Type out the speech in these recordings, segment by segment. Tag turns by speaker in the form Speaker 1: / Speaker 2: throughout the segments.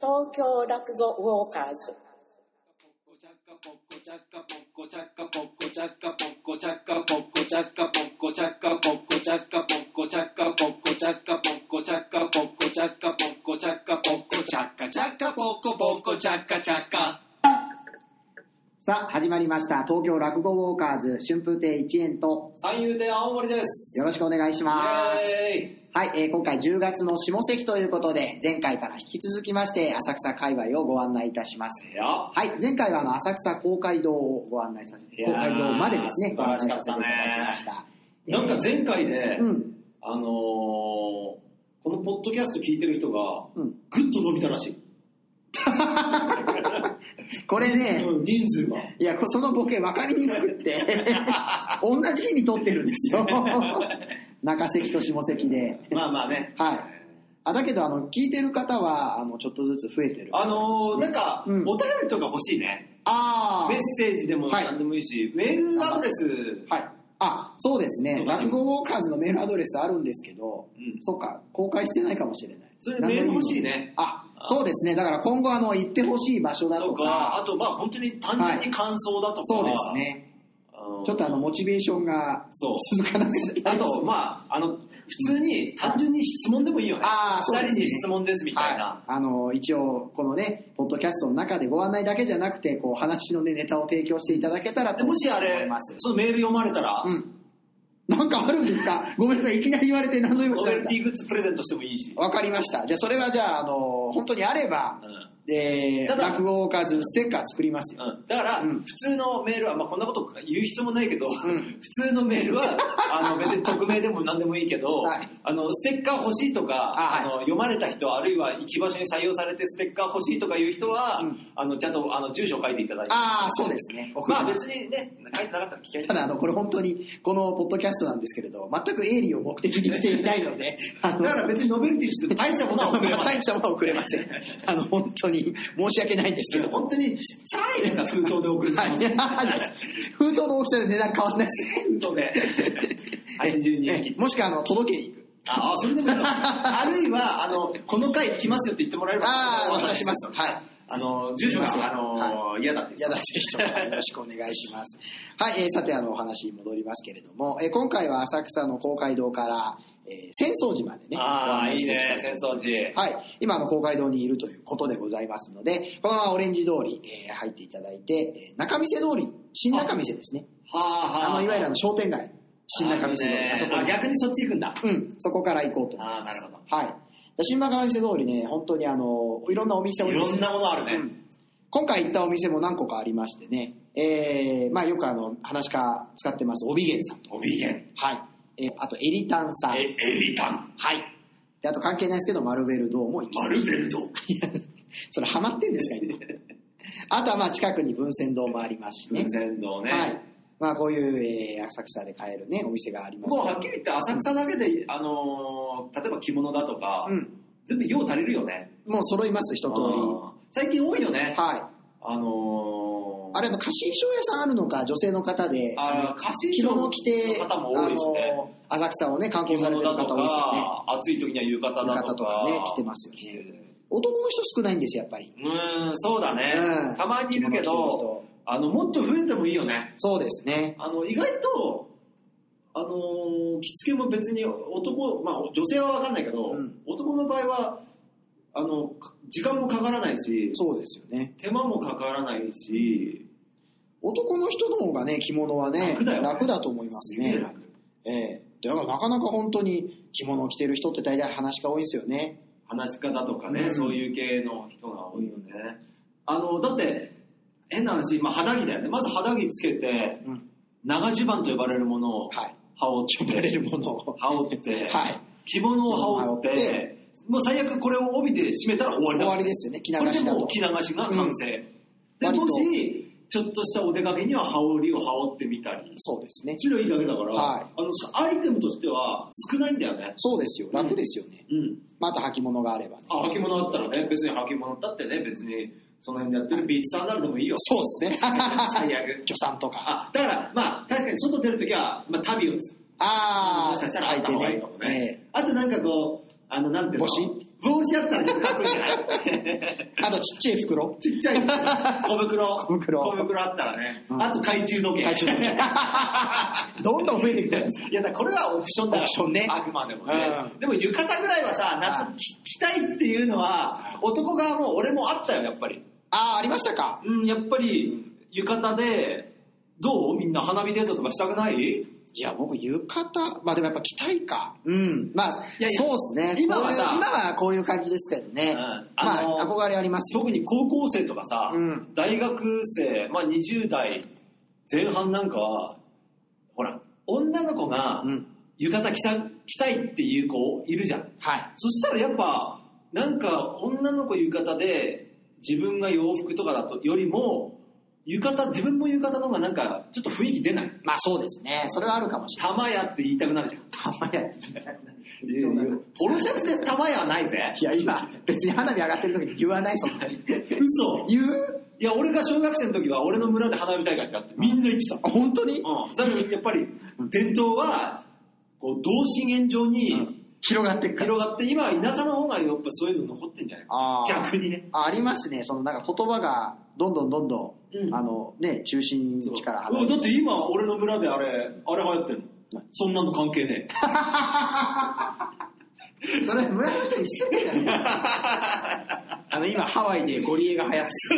Speaker 1: 東京落語ウォーカーズ
Speaker 2: さあ、始まりました。東京落語ウォーカーズ春風亭一円と、
Speaker 3: 三遊亭青森です。
Speaker 2: よろしくお願いします。
Speaker 3: イエーイ
Speaker 2: はい、えー今回10月の下関ということで、前回から引き続きまして、浅草界隈をご案内いたします。
Speaker 3: いや、は
Speaker 2: はい、前回はあの浅草公会堂をご案内させて、
Speaker 3: いや
Speaker 2: 公
Speaker 3: ー
Speaker 2: 会堂までですね、
Speaker 3: 素
Speaker 2: ご
Speaker 3: 晴
Speaker 2: 案
Speaker 3: ら
Speaker 2: 内
Speaker 3: しか
Speaker 2: さ
Speaker 3: っ
Speaker 2: せ
Speaker 3: た
Speaker 2: ていた
Speaker 3: ね
Speaker 2: だきました。
Speaker 3: なんか前回で、
Speaker 2: うん、
Speaker 3: あのーこのポッドキャスト聞いてる人が、
Speaker 2: うん。
Speaker 3: ぐっと伸びたらしい。
Speaker 2: これね、
Speaker 3: うん人数が。
Speaker 2: いや、こそのボケ分かりにくくって、 同じ日に撮ってるんですよ。 中関と下関で。
Speaker 3: まあまあね。
Speaker 2: はい。あだけど、あの、聞いてる方は、あの、ちょっとずつ増えてる。
Speaker 3: あのーなんか、
Speaker 2: うん
Speaker 3: お便りとか欲しいね。
Speaker 2: あ
Speaker 3: メッ
Speaker 2: ー
Speaker 3: セージでも何でもいいし、メールアドレス、
Speaker 2: はい。あ、そうですね。落語ウォーカーズのメールアドレスあるんですけど、
Speaker 3: うん
Speaker 2: そっか、公開してないかもしれない。
Speaker 3: それメール欲しいね。
Speaker 2: あ、そうですね。だから今後、あの、行ってほしい場所だ
Speaker 3: と
Speaker 2: と
Speaker 3: か、
Speaker 2: か、
Speaker 3: あとまあ本当に単純に感想だとか、
Speaker 2: そうですね。
Speaker 3: うん。
Speaker 2: ちょっとあの、モチベーションが
Speaker 3: そう。
Speaker 2: 続かなくて。
Speaker 3: あと、まあ、あの、普通に単純に質問でもいいよね。
Speaker 2: あーそう
Speaker 3: 二
Speaker 2: ですね
Speaker 3: 人に質問ですみたいな。
Speaker 2: はい、あの一応このねポッドキャストの中でご案内だけじゃなくてこう話の、ね、ネタを提供していただけたら
Speaker 3: で
Speaker 2: と思
Speaker 3: もしあ
Speaker 2: い
Speaker 3: れ
Speaker 2: ます、
Speaker 3: そのメール読まれたら、
Speaker 2: うん、なんかあるんですかごめんなさいいきなり言われて何の用
Speaker 3: ノ
Speaker 2: もな
Speaker 3: ベ
Speaker 2: い
Speaker 3: ルティグッズプレゼントしてもいいし。
Speaker 2: わかりましたじゃあそれはじゃああの本当にあれば
Speaker 3: う、ん
Speaker 2: えー、
Speaker 3: ただ
Speaker 2: 落語おかずステッカー作りますよ、
Speaker 3: うんだから、
Speaker 2: うん
Speaker 3: 普通のメールは、まあ、こんなこと言う必要もないけど、
Speaker 2: ん
Speaker 3: 普通のメールは、あの、別に匿名でも何でもいいけど、
Speaker 2: はい
Speaker 3: あの、ステッカー欲しいとか、
Speaker 2: あは
Speaker 3: あ
Speaker 2: い
Speaker 3: の、読まれた人、あるいは行き場所に採用されてステッカー欲しいとかいう人は、
Speaker 2: うん
Speaker 3: あの、ちゃんと、あの、住所を書いていただいて。
Speaker 2: ああそうですね送り
Speaker 3: まあ
Speaker 2: ます
Speaker 3: 別にね、書いてなかったら聞きゃいい
Speaker 2: ただあのこれ本当にこのポッドキャストなんですけれど全く営利を目的にしていない のであの
Speaker 3: だから別にノベルティグッズって大したものは送れません
Speaker 2: 大したものは送れません。あの、本当に申し訳ないんですけど。
Speaker 3: 本当にちっちゃいなんか封筒で送る。
Speaker 2: はい。 封筒の大きさで値段変わらないです。
Speaker 3: 封筒で。 はい、12
Speaker 2: えもしくは、あの、届けに行く。
Speaker 3: ああ、それでもいい のあるいは、あの、この回来ますよって言ってもらえれば。
Speaker 2: ああ、
Speaker 3: お
Speaker 2: 渡
Speaker 3: 渡
Speaker 2: します。はい。
Speaker 3: あの、住所が、あの、嫌だって
Speaker 2: 嫌だっていう人はよろしくお願いします。はい、えーさて、あの、お話に戻りますけれども、えー今回は浅草の公会堂から、えー浅草寺までね、ご
Speaker 3: あ
Speaker 2: 案
Speaker 3: あ、
Speaker 2: 内
Speaker 3: い
Speaker 2: し
Speaker 3: い
Speaker 2: てきた
Speaker 3: ね、戦争時。
Speaker 2: はい、今あの公会堂にいるということでございますので、このままオレンジ通り、えー入っていただいて、えー中見世通り、新中見世ですね。
Speaker 3: はあは
Speaker 2: あの、いわゆるあの商店街、新中見世通り、あそこ
Speaker 3: あ、逆にそっち行くんだ。
Speaker 2: うん、そこから行こうと思います。
Speaker 3: あーなるほ
Speaker 2: はい。で新中見世通りね、本当にあの、いろんなお店を
Speaker 3: い
Speaker 2: ね
Speaker 3: ろんなものある
Speaker 2: う
Speaker 3: ね。
Speaker 2: ん今回行ったお店も何個かありましてね、えー、まあよくあの、話か使ってます、おびげんさんと。
Speaker 3: おびげん。
Speaker 2: はい。えーあと、エリタンさん。
Speaker 3: え、エビタン。
Speaker 2: はい。で、あと関係ないですけど、マルベル堂も行きま
Speaker 3: マルベルド。
Speaker 2: した。それハマってんです か、今。あとはまあ近くに文泉堂もありますしね
Speaker 3: 文。泉堂ね。
Speaker 2: はい。まあこういう、えー浅草で買えるね、お店があります
Speaker 3: もうはっきり言って浅草だけで、あのー、例えば着物だとか、
Speaker 2: うん。
Speaker 3: 全部用足りるよね。
Speaker 2: もう揃います、一通
Speaker 3: うん最近多いよね
Speaker 2: り。。はい。
Speaker 3: あのー、
Speaker 2: あれの貸衣装屋さんあるのか女性の方で
Speaker 3: あー貸衣
Speaker 2: 着
Speaker 3: 装
Speaker 2: 物を着て
Speaker 3: の方も多いしね
Speaker 2: あの浅草をね観
Speaker 3: 着
Speaker 2: 光され
Speaker 3: 物
Speaker 2: てる
Speaker 3: だ
Speaker 2: 方
Speaker 3: と
Speaker 2: 多いですよね
Speaker 3: か、暑い時には浴衣だ
Speaker 2: 浴衣
Speaker 3: と
Speaker 2: と
Speaker 3: か
Speaker 2: か。ね着てますよ
Speaker 3: 着て
Speaker 2: ね
Speaker 3: る
Speaker 2: 男の人少ないんですよやっぱり
Speaker 3: うーん、そうだね
Speaker 2: うん。
Speaker 3: たまにいるけ
Speaker 2: 着物着てる
Speaker 3: ど、
Speaker 2: 人
Speaker 3: あの、もっと増えてもいいよね。
Speaker 2: そうですね
Speaker 3: あの、意外と、あのー着付けも別に男、まあ女性はわかんないけど、
Speaker 2: うん
Speaker 3: 男の場合は、あの、か時間もかからないし、
Speaker 2: そうですよね
Speaker 3: 手間もかからないし、
Speaker 2: 男の人の方がね着物はね
Speaker 3: 楽だよね
Speaker 2: と思います
Speaker 3: すげえ
Speaker 2: ね
Speaker 3: 楽。
Speaker 2: ええだからなかなか本当に着物を着てる人って大体話が多いんですよね
Speaker 3: 話し家だとかね、
Speaker 2: うん
Speaker 3: そういう系の人が多いよね。あの、だって、変な話、まあ、肌着だよね。まず肌着つけて、
Speaker 2: うん
Speaker 3: 長襦袢と呼ばれるものを
Speaker 2: はい
Speaker 3: 羽織って、
Speaker 2: 着られるものを
Speaker 3: 羽織って、
Speaker 2: はい
Speaker 3: 着物を羽織って、
Speaker 2: 着物を羽織
Speaker 3: もう最悪これを帯で締めたら終わり
Speaker 2: 終
Speaker 3: だ。
Speaker 2: わりですよね着流
Speaker 3: これ
Speaker 2: し
Speaker 3: で
Speaker 2: だ
Speaker 3: もう
Speaker 2: と
Speaker 3: 着流しが完成。で、
Speaker 2: 割と
Speaker 3: もし、ちょっとしたお出かけには羽織を羽織ってみたり、
Speaker 2: そうですね
Speaker 3: それはいいだけだから、
Speaker 2: はい
Speaker 3: あの、アイテムとしては少ないんだよね。
Speaker 2: そうですよ楽ですよね、
Speaker 3: うん。
Speaker 2: また履物があればね
Speaker 3: あ、履物あったらね、別に履物だってね、別に、その辺でやってるビーチサンダルでもいいよ。
Speaker 2: そうで すね。
Speaker 3: 最悪。
Speaker 2: 魚さんとか。
Speaker 3: あ、だから、まあ、確かに外出るときは、まあ、旅をつ、
Speaker 2: ああ、
Speaker 3: もしかしたらあった方がいいかもね。あとなんかこう、あの、なんていうの
Speaker 2: 帽子
Speaker 3: 帽子やったらかっこいいんじゃ ない
Speaker 2: あとちっちゃい袋。
Speaker 3: ちっちゃい小袋。
Speaker 2: 小袋
Speaker 3: 小袋あったらね。
Speaker 2: うん
Speaker 3: あと懐中時計。
Speaker 2: 懐中時計 どんどん増えていくじゃないです か。
Speaker 3: いやだからこれはオプションだから
Speaker 2: オプションね
Speaker 3: あくまでもね、
Speaker 2: う
Speaker 3: でも浴衣ぐらいはさ夏着着たいっていうのは男側も俺もあったよやっぱり
Speaker 2: ああ、ありましたか。
Speaker 3: うんやっぱり浴衣でどうみんな花火デートとかしたくない
Speaker 2: いや、僕、浴衣、まあでもやっぱ着たいか。うん。まあ、
Speaker 3: いやいや
Speaker 2: そうですね。
Speaker 3: 今はさ
Speaker 2: こういう今はこういう感じですけどね。
Speaker 3: うん
Speaker 2: ま
Speaker 3: あの
Speaker 2: あ、憧れありますよ。
Speaker 3: 特に高校生とかさ、
Speaker 2: うん
Speaker 3: 大学生、まあ、20代前半なんかはほら女の子が
Speaker 2: うん。
Speaker 3: 浴衣着た着たいっていう子いるじゃん
Speaker 2: はい。
Speaker 3: そしたらやっぱ、なんか女の子浴衣で、自分が洋服とかだとよりも、浴衣、自分も浴衣の方がなんか、ちょっと雰囲気出ない。
Speaker 2: まあそうですね。それはあるかもしれない。
Speaker 3: 玉屋って言いたくなるじゃん。
Speaker 2: 玉屋って言いたくなるそうなんだ
Speaker 3: ポロシャツで玉屋はないぜ。
Speaker 2: いや、今、別に花火上がってる時に言わない、そんなに。
Speaker 3: 嘘
Speaker 2: 言う
Speaker 3: いや、俺が小学生の時は俺の村で花火大会ってあって、みんな行ってた。
Speaker 2: あ本当に
Speaker 3: うん。だからやっぱり、伝統は、こう、同心円状に
Speaker 2: 広がっていくから。
Speaker 3: 広がって、今は田舎の方がやっぱそういうの残ってんじゃないか。
Speaker 2: あー
Speaker 3: 逆にね。
Speaker 2: あありますね。そのなんか言葉がどんどんどんどん、
Speaker 3: うん
Speaker 2: あのね、中心
Speaker 3: そう
Speaker 2: 地から離
Speaker 3: う
Speaker 2: れ。
Speaker 3: んだってて今俺の村であれあれ流行ってるのそんなの関係ねえ
Speaker 2: それ村の人に失礼じゃないです か。あの今ハワイでゴリエが流行って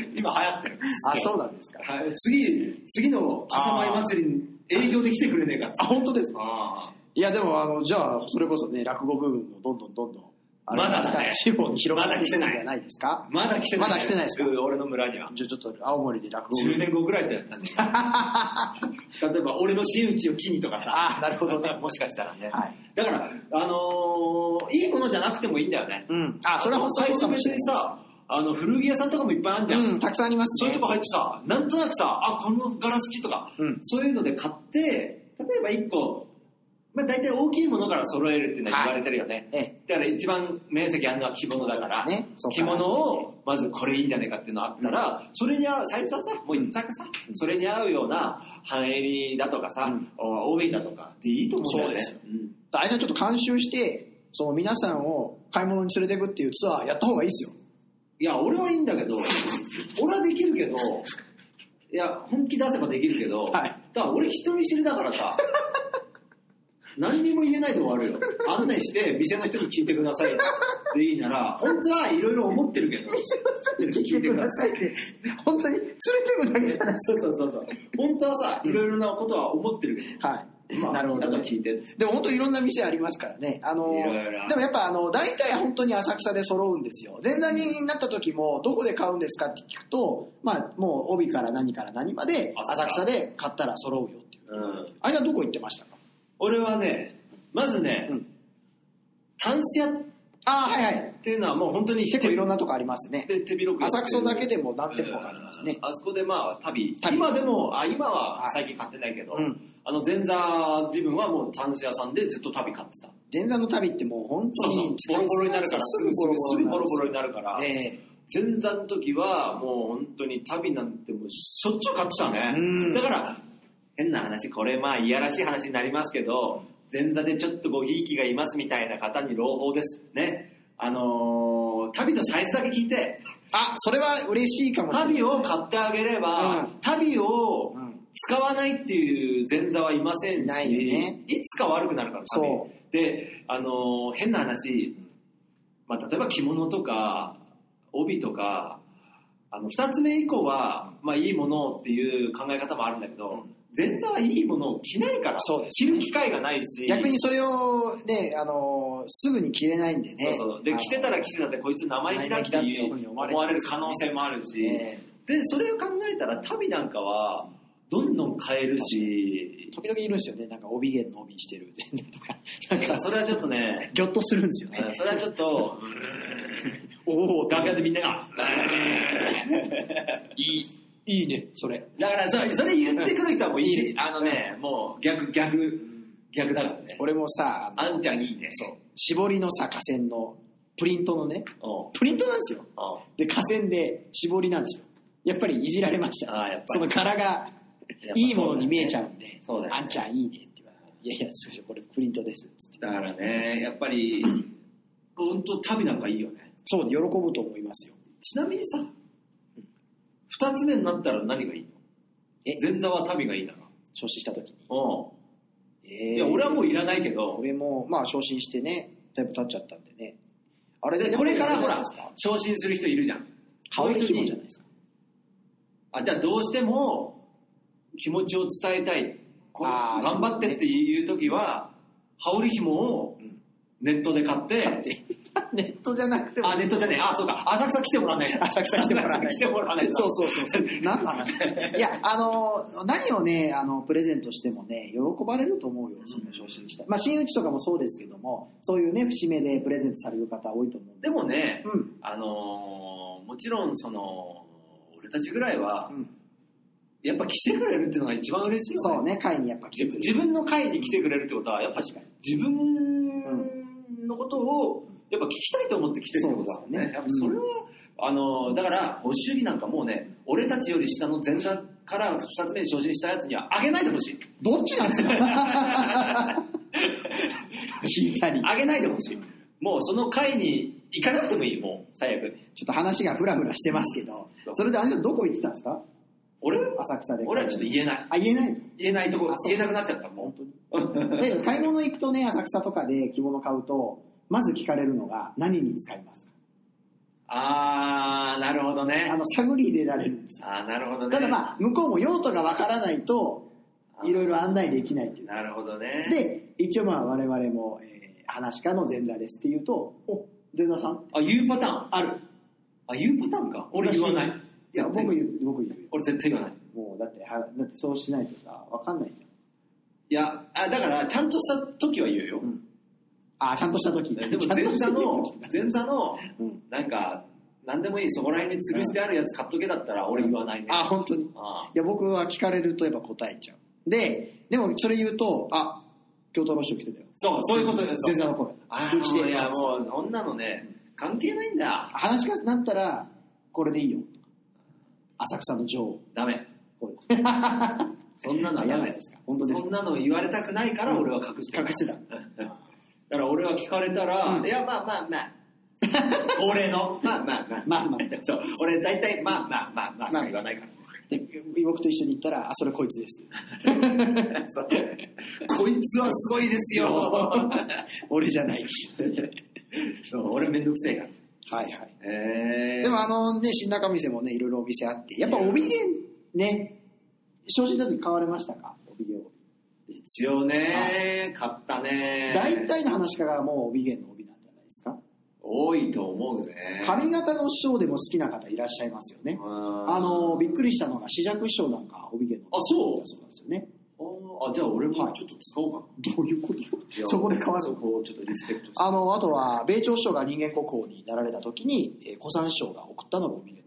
Speaker 2: る。
Speaker 3: 今流行ってる
Speaker 2: あ、そうなんですか。
Speaker 3: はい次次の笠間祭りに営業で来てくれねえかっつって
Speaker 2: あ、本当ですか。
Speaker 3: あ
Speaker 2: いやでもあの、じゃあそれこそね、落語部分もどんどんどんどん、あれ
Speaker 3: まだだね
Speaker 2: 地方に広がっていくんじゃないですか
Speaker 3: ー。まだ来てない
Speaker 2: まだ来てないですか
Speaker 3: うん俺の村には
Speaker 2: じゃあちょっと青森で落語
Speaker 3: 10
Speaker 2: 部。
Speaker 3: 年後ぐらいってや ったんで例えば俺の真打ちを機にとかさ
Speaker 2: あ、なるほどね。
Speaker 3: もしかしたらね、
Speaker 2: はい
Speaker 3: だからあのーいいものじゃなくてもいいんだよね
Speaker 2: うん。あ、それは本当
Speaker 3: 最
Speaker 2: そう
Speaker 3: 初
Speaker 2: かも
Speaker 3: 別
Speaker 2: しれ
Speaker 3: に
Speaker 2: ない。
Speaker 3: さあの古着屋さんとかもいっぱいあるじゃん、
Speaker 2: うん、たくさんあります
Speaker 3: そういう
Speaker 2: ね
Speaker 3: とこ。入ってさ、なんとなくさ、あ、この柄好きとか、
Speaker 2: うん
Speaker 3: そういうので買って、例えば1個、まあ大体大きいものから揃えるっていうのは
Speaker 2: はい
Speaker 3: 言われてるよね。
Speaker 2: ええ。
Speaker 3: だから一番面積あるのは着物だから、
Speaker 2: そうですねそうか
Speaker 3: 着物をまずこれいいんじゃねえかっていうのあったら、それに合う、最初はさ、もう一着さ、それに合うような半襟だとかさ、
Speaker 2: うん
Speaker 3: お帯だとかでいいと思うんだよね。
Speaker 2: そう
Speaker 3: ですよ。
Speaker 2: あれじゃちょっと監修して、その皆さんを買い物に連れていくっていうツアーやった方がいいですよ。
Speaker 3: いや、俺はいいんだけど、俺はできるけど、いや、本気出せばできるけど、
Speaker 2: い
Speaker 3: だから俺人見知りだから さ、何にも言えないとこあるよ。案内して、店の人に聞いてくださいでいいなら、本当はいろいろ思ってる けど、
Speaker 2: 聞いてくださいって、 本当に連れていくだけじゃないで
Speaker 3: そうそうそうそう。本当はさ、いろいろなことは思ってるけ
Speaker 2: すか。はい。
Speaker 3: ど、まあ、
Speaker 2: なるほ
Speaker 3: あと
Speaker 2: ど、
Speaker 3: は聞いて。
Speaker 2: でも本当いろんな店ありますからね。あの、
Speaker 3: いろいろ
Speaker 2: でもやっぱあの、大体本当に浅草で揃うんですよ。前座人になった時も、どこで買うんですかって聞くと、まあもう帯から何から何まで
Speaker 3: 浅
Speaker 2: 浅
Speaker 3: 草
Speaker 2: 草で買ったら揃うよっていう。
Speaker 3: うん。
Speaker 2: あれはどこ行ってましたか
Speaker 3: 俺はね、まずね、
Speaker 2: うん
Speaker 3: タンス屋っ
Speaker 2: ああ、はいはい。
Speaker 3: ていうのはもう本当に
Speaker 2: 結構いろんなとこありますね。
Speaker 3: で手広く
Speaker 2: 浅草だけでも何店舗かありますね
Speaker 3: うんあそこでまあ旅
Speaker 2: 旅
Speaker 3: 今でもあ今は
Speaker 2: はい
Speaker 3: 最近買ってないけど、
Speaker 2: うん
Speaker 3: あの前座自分はもうタンス屋さんでずっと旅買ってた
Speaker 2: 前座の旅ってもう本当
Speaker 3: そうそう
Speaker 2: に
Speaker 3: ボロボロになるからす
Speaker 2: す
Speaker 3: ぐ
Speaker 2: ぐ
Speaker 3: ボロボロ
Speaker 2: ボロボ
Speaker 3: になる
Speaker 2: ロになる
Speaker 3: になるから、
Speaker 2: え
Speaker 3: 前座の時はもう本当に旅なんてもうしょっちゅう買ってたね、
Speaker 2: うん
Speaker 3: だから変な話これまあいやらしい話になりますけど前座でちょっとごひいきがいますみたいな方に朗報ですねあのー旅のサイズだけ聞いて
Speaker 2: あそれは嬉しいかもしれない
Speaker 3: 旅を買ってあげれば、
Speaker 2: うん
Speaker 3: 旅を
Speaker 2: うん
Speaker 3: 使わないっていう前座はいませんし、
Speaker 2: ないよね
Speaker 3: いつか悪くなるから旅
Speaker 2: そ
Speaker 3: で、あのー変な話、まあ、例えば着物とか帯とかあの2つ目以降は、まあ、いいものっていう考え方もあるんだけど、
Speaker 2: うん
Speaker 3: 前座はいいものを着ないから
Speaker 2: そうです
Speaker 3: 着る機会がないし
Speaker 2: 逆にそれをねあのすぐに着れないんでね
Speaker 3: そうそうで着てたら着てたってこいつ生意気だって
Speaker 2: 生意気だって
Speaker 3: い
Speaker 2: いうふう
Speaker 3: う
Speaker 2: に
Speaker 3: 思
Speaker 2: 思
Speaker 3: わ
Speaker 2: われ
Speaker 3: れる可能性もあるし、
Speaker 2: え
Speaker 3: でそれを考えたら旅なんかはどんどん変えるし
Speaker 2: 時々いるんですよねなんか帯弦の帯して る前座とかなんか
Speaker 3: それはちょっとね
Speaker 2: ギョッとするんですよね
Speaker 3: うんそれはちょっと
Speaker 2: おお
Speaker 3: 楽屋でみんなが
Speaker 2: いいいいねそれ
Speaker 3: だからそそれ言ってくる人はもういい
Speaker 2: いい
Speaker 3: あのねもう逆逆逆だからね
Speaker 2: 俺もさあの
Speaker 3: あんちゃんいいねそう
Speaker 2: 絞りのさ下線のプリントのね
Speaker 3: お
Speaker 2: プリントなんですよ
Speaker 3: お
Speaker 2: で下線で絞りなんですよやっぱりいじられました
Speaker 3: ああやっぱり
Speaker 2: その柄が
Speaker 3: ぱ
Speaker 2: いいものに見えちゃうんで、
Speaker 3: そうだよね
Speaker 2: あんちゃんいいねって言われて、いやいや、それこれプリントですっつって。
Speaker 3: だからねやっぱり本当旅なんかいいよね
Speaker 2: そう、喜ぶと思いますよ。
Speaker 3: ちなみにさ二つ目になったら何がいいの
Speaker 2: え
Speaker 3: 前座は旅がいいなら
Speaker 2: 昇進した時に。
Speaker 3: うん
Speaker 2: え
Speaker 3: いや俺はもういらないけ
Speaker 2: う
Speaker 3: ど
Speaker 2: 俺も、まあ、昇進してね、だいぶ経っちゃったんでね。あれ
Speaker 3: でこれからほ
Speaker 2: や
Speaker 3: ら
Speaker 2: っぱりあれじゃないですか
Speaker 3: 昇進する人いるじゃん
Speaker 2: ハワイ気分じゃないですか。
Speaker 3: あじゃあどうしても気持ちを伝えたいこう
Speaker 2: あー
Speaker 3: 頑張ってっていう時は羽織紐を
Speaker 2: うん
Speaker 3: ネットで買って
Speaker 2: 買って。ネットじゃなくても。
Speaker 3: あネットじゃねえあそうか浅草来てもらわない
Speaker 2: 浅草来てもらわない
Speaker 3: 浅草来てもらわない
Speaker 2: そうそうそう そう。何の話いや、あの、何をね、あの、プレゼントしてもね、喜ばれると思うよ、その昇進した。まあ、真打ちとかもそうですけども、そういうね、節目でプレゼントされる方多いと思うん
Speaker 3: でもね、
Speaker 2: うん、
Speaker 3: あのーもちろんその俺たちぐらいは
Speaker 2: うん。
Speaker 3: やっぱ来てくれるっていうのが一番嬉しいよね
Speaker 2: そうね、会にやっぱ来て
Speaker 3: 自
Speaker 2: くれ
Speaker 3: 分
Speaker 2: る。
Speaker 3: 自分の会に来てくれるってことはやっぱ
Speaker 2: 確かに。
Speaker 3: 自分のことをやっぱ聞きたいと思って来てるってことだもん
Speaker 2: そう
Speaker 3: ね
Speaker 2: ですよね
Speaker 3: やっぱそれは、あのだからご主義なんかもうね俺たちより下の前座から2つ目に昇進したやつにはあげないでほしい
Speaker 2: どっちなんで すか聞いたり。
Speaker 3: あげないでほしいもうその会に行かなくてもいいもう最悪
Speaker 2: ちょっと話がフラフラしてますけど、それであれどこ行ってたんですか
Speaker 3: 俺
Speaker 2: 浅草で。
Speaker 3: 俺はちょっと言えない
Speaker 2: あ、言えない
Speaker 3: 言えないとこ
Speaker 2: あそう
Speaker 3: 言えなくなっちゃったも
Speaker 2: 本
Speaker 3: ん
Speaker 2: 当に。だけど買い物行くとね、浅草とかで着物買うと、まず聞かれるのが、何に使いますか
Speaker 3: あーなるほどね
Speaker 2: あの、探り入れられるんですよ。
Speaker 3: あーなるほどね
Speaker 2: ただまあ、向こうも用途がわからないと、
Speaker 3: あー
Speaker 2: いろいろ案内できないっていう。
Speaker 3: なるほどね
Speaker 2: で、一応まあ、我々も、えー、話し家の前座ですって言うと、お、前座さん
Speaker 3: あ言うパターン
Speaker 2: ある。
Speaker 3: あ言うパターンか俺言わない
Speaker 2: 私いや、僕
Speaker 3: 全
Speaker 2: 言
Speaker 3: 部
Speaker 2: う、僕言うよ。
Speaker 3: 俺絶対言わない
Speaker 2: もう、だって、はだってそうしないとさ、わかんないじ
Speaker 3: いやあだからちゃんとした時は言うよ
Speaker 2: ゃん。、うん。あー、ちゃんとした時。
Speaker 3: でも
Speaker 2: ちゃんと
Speaker 3: 前
Speaker 2: した
Speaker 3: 座の
Speaker 2: 時
Speaker 3: 前座の
Speaker 2: うん。
Speaker 3: なんか何でもいいそこら辺に潰してあるやつ買っとけだったら俺言わないね、
Speaker 2: あー、本当に。
Speaker 3: あ
Speaker 2: いや、僕は聞かれるとやっぱ答えちゃう。で、でもそれ言うと、あ、京都の人来てたよ。
Speaker 3: そうそういうこと
Speaker 2: 前座の頃。
Speaker 3: あー
Speaker 2: うちで
Speaker 3: いやもうそんなのね関係ないんだ
Speaker 2: 話し家になったら、これでいいよ。浅草の女王。
Speaker 3: ダメ
Speaker 2: これ
Speaker 3: そんなのは
Speaker 2: 嫌
Speaker 3: ダ
Speaker 2: な
Speaker 3: メ
Speaker 2: んですか本当です
Speaker 3: そ
Speaker 2: か
Speaker 3: んなの言われたくないから俺は隠して
Speaker 2: 隠 してた。
Speaker 3: だから俺は聞かれたら、
Speaker 2: うん
Speaker 3: いやまあまあま あ俺のまあまあまあ
Speaker 2: まあまあ。
Speaker 3: そう俺大体まあまあまあまあしか言わないから
Speaker 2: で、僕と一緒に行ったら、あ、それこいつです。
Speaker 3: こいつはすごいですよ。
Speaker 2: 俺じゃない。
Speaker 3: 俺めんどくせえから。
Speaker 2: はいはい。
Speaker 3: えー、
Speaker 2: でもあのね、新中店もね、いろいろお店あって、やっぱ帯弦ね、昇進の時買われましたか帯弦を。
Speaker 3: 一応ね、買ったね。
Speaker 2: 大体の話し家がもう帯弦の帯なんじゃないですか
Speaker 3: 多いと思うね。
Speaker 2: 髪型の師匠でも好きな方いらっしゃいますよね。
Speaker 3: あ
Speaker 2: あの、びっくりしたのが、四尺師匠なんか、帯毛の。
Speaker 3: あそう
Speaker 2: そうなんですよね。
Speaker 3: あー、じゃあ俺もちょっと使おうか
Speaker 2: どういうこと
Speaker 3: な。いや
Speaker 2: そこで変わ
Speaker 3: そ
Speaker 2: る。
Speaker 3: こをちょっとリスペクトして。
Speaker 2: あの、あとは、米朝師匠が人間国宝になられた時に、えー小三師匠が送ったのが帯毛の。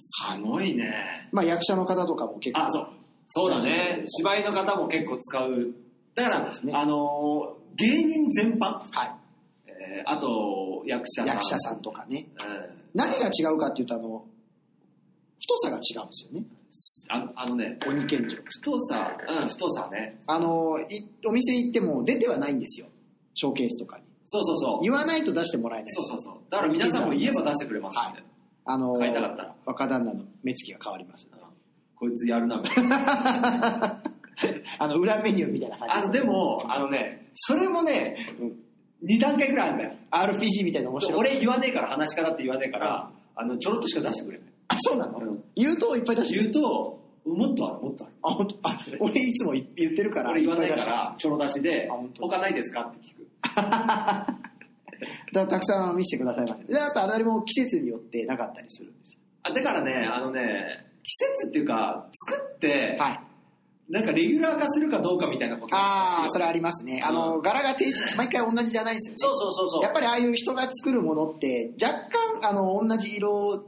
Speaker 3: すごいね。
Speaker 2: まあ、役者の方とかも結構。
Speaker 3: あ、そう。そうだね。芝居の方も結構使う。だか
Speaker 2: そう
Speaker 3: ら、
Speaker 2: ですね
Speaker 3: あのー、芸人全般、
Speaker 2: はい。
Speaker 3: えーあと役者さん。
Speaker 2: 役者さんとかね。
Speaker 3: うん
Speaker 2: 何が違うかっていうと、あの、太さが違うんですよね。
Speaker 3: あのあのね、
Speaker 2: 鬼剣城。
Speaker 3: 太さ、うん、太さね。
Speaker 2: あの、いお店行っても出てはないんですよ。ショーケースとかに。
Speaker 3: そうそうそう。
Speaker 2: 言わないと出してもらえないんです
Speaker 3: そ
Speaker 2: よ
Speaker 3: うそうそう。だから皆さんも言えば出してくれますんで。
Speaker 2: あの
Speaker 3: 買いたかったら
Speaker 2: 若旦那の目つきが変わります。
Speaker 3: うんこいつやるなみたいな。
Speaker 2: あの、裏メニューみたいな感
Speaker 3: あ
Speaker 2: じ
Speaker 3: の、でも、あのね、それもね、2段階くらいあるんだよ。
Speaker 2: RPG みたいな面白い。
Speaker 3: 俺言わねえから、話し方って言わねえから、あの、ちょろっとしか出してくれない。
Speaker 2: あ、そうなの、
Speaker 3: うん
Speaker 2: 言うといっぱい出してくる。
Speaker 3: 言うと、もっとある、もっとある。
Speaker 2: あ、本当あ、俺いつもい言ってるから、
Speaker 3: 俺言わない
Speaker 2: っ
Speaker 3: か
Speaker 2: ぱ出してくる
Speaker 3: ら、ちょろ出しで
Speaker 2: あ本、当
Speaker 3: 他ないですかって聞く。
Speaker 2: だからたくさん見せてくださいませ。でやっぱあれも季節によってなかったりするんですよ。
Speaker 3: あ、だからね、あのね、季節っていうか、作って、
Speaker 2: はい。
Speaker 3: なんかレギュラー化するかどうかみたいなこと
Speaker 2: ああ、そ
Speaker 3: そ
Speaker 2: れありますね。あの、柄がて毎回同じじゃないんですよね。
Speaker 3: そうそうそうそう。
Speaker 2: やっぱりああいう人が作るものって、若干、あの、同じ色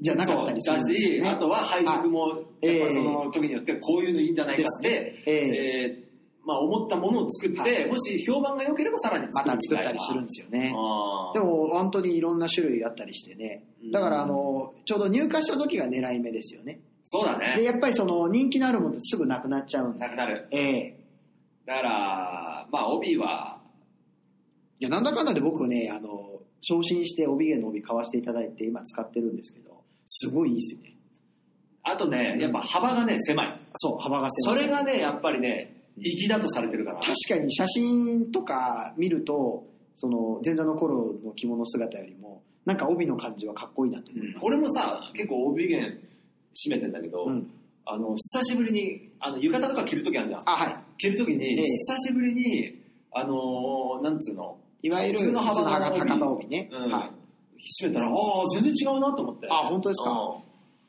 Speaker 2: じゃなかったりするん
Speaker 3: そう
Speaker 2: ですよね。
Speaker 3: だし、あとは配色も、
Speaker 2: い
Speaker 3: やっぱその時によってこういうのいいんじゃないかって、
Speaker 2: え
Speaker 3: えーまあ、思ったものを作って、
Speaker 2: はい
Speaker 3: もし評判が良ければさらに
Speaker 2: また
Speaker 3: み
Speaker 2: 作
Speaker 3: い
Speaker 2: っ
Speaker 3: な
Speaker 2: たりするんですよね。
Speaker 3: あー
Speaker 2: でも本当にいろんな種類あったりしてねだからあのちょうど入荷した時が狙い目ですよね
Speaker 3: そうだ
Speaker 2: で
Speaker 3: ね。
Speaker 2: やっぱりその人気のあるものってすぐなくなっちゃうんで
Speaker 3: なくなる。
Speaker 2: ええ
Speaker 3: だから、まあ、帯は、
Speaker 2: いや、なんだかんだで僕ね、あの、昇進して帯芸の帯買わせていただいて、今使ってるんですけど、すごいいいですよね。
Speaker 3: あとね、やっぱ幅がね、狭い。
Speaker 2: そう、幅が狭
Speaker 3: そ
Speaker 2: い。
Speaker 3: れがね、やっぱりね、粋だとされてるから。
Speaker 2: 確かに写真とか見ると、その、前座の頃の着物姿よりも、なんか帯の感じはかっこいいなと思います。
Speaker 3: 俺もさ、結構帯弦締めてんだけど、
Speaker 2: うん。
Speaker 3: あの、久しぶりに、あの、浴衣とか着るときあるじゃん。
Speaker 2: あ、は
Speaker 3: 着るときに、
Speaker 2: ええ
Speaker 3: 久しぶりに、あのーなんつうの、
Speaker 2: い。いわゆる、
Speaker 3: 普通の幅の帯
Speaker 2: 普通の幅帯ね。
Speaker 3: うん
Speaker 2: はい。
Speaker 3: 締めたら、ああ、全然違うなと思って。
Speaker 2: あ本当ですか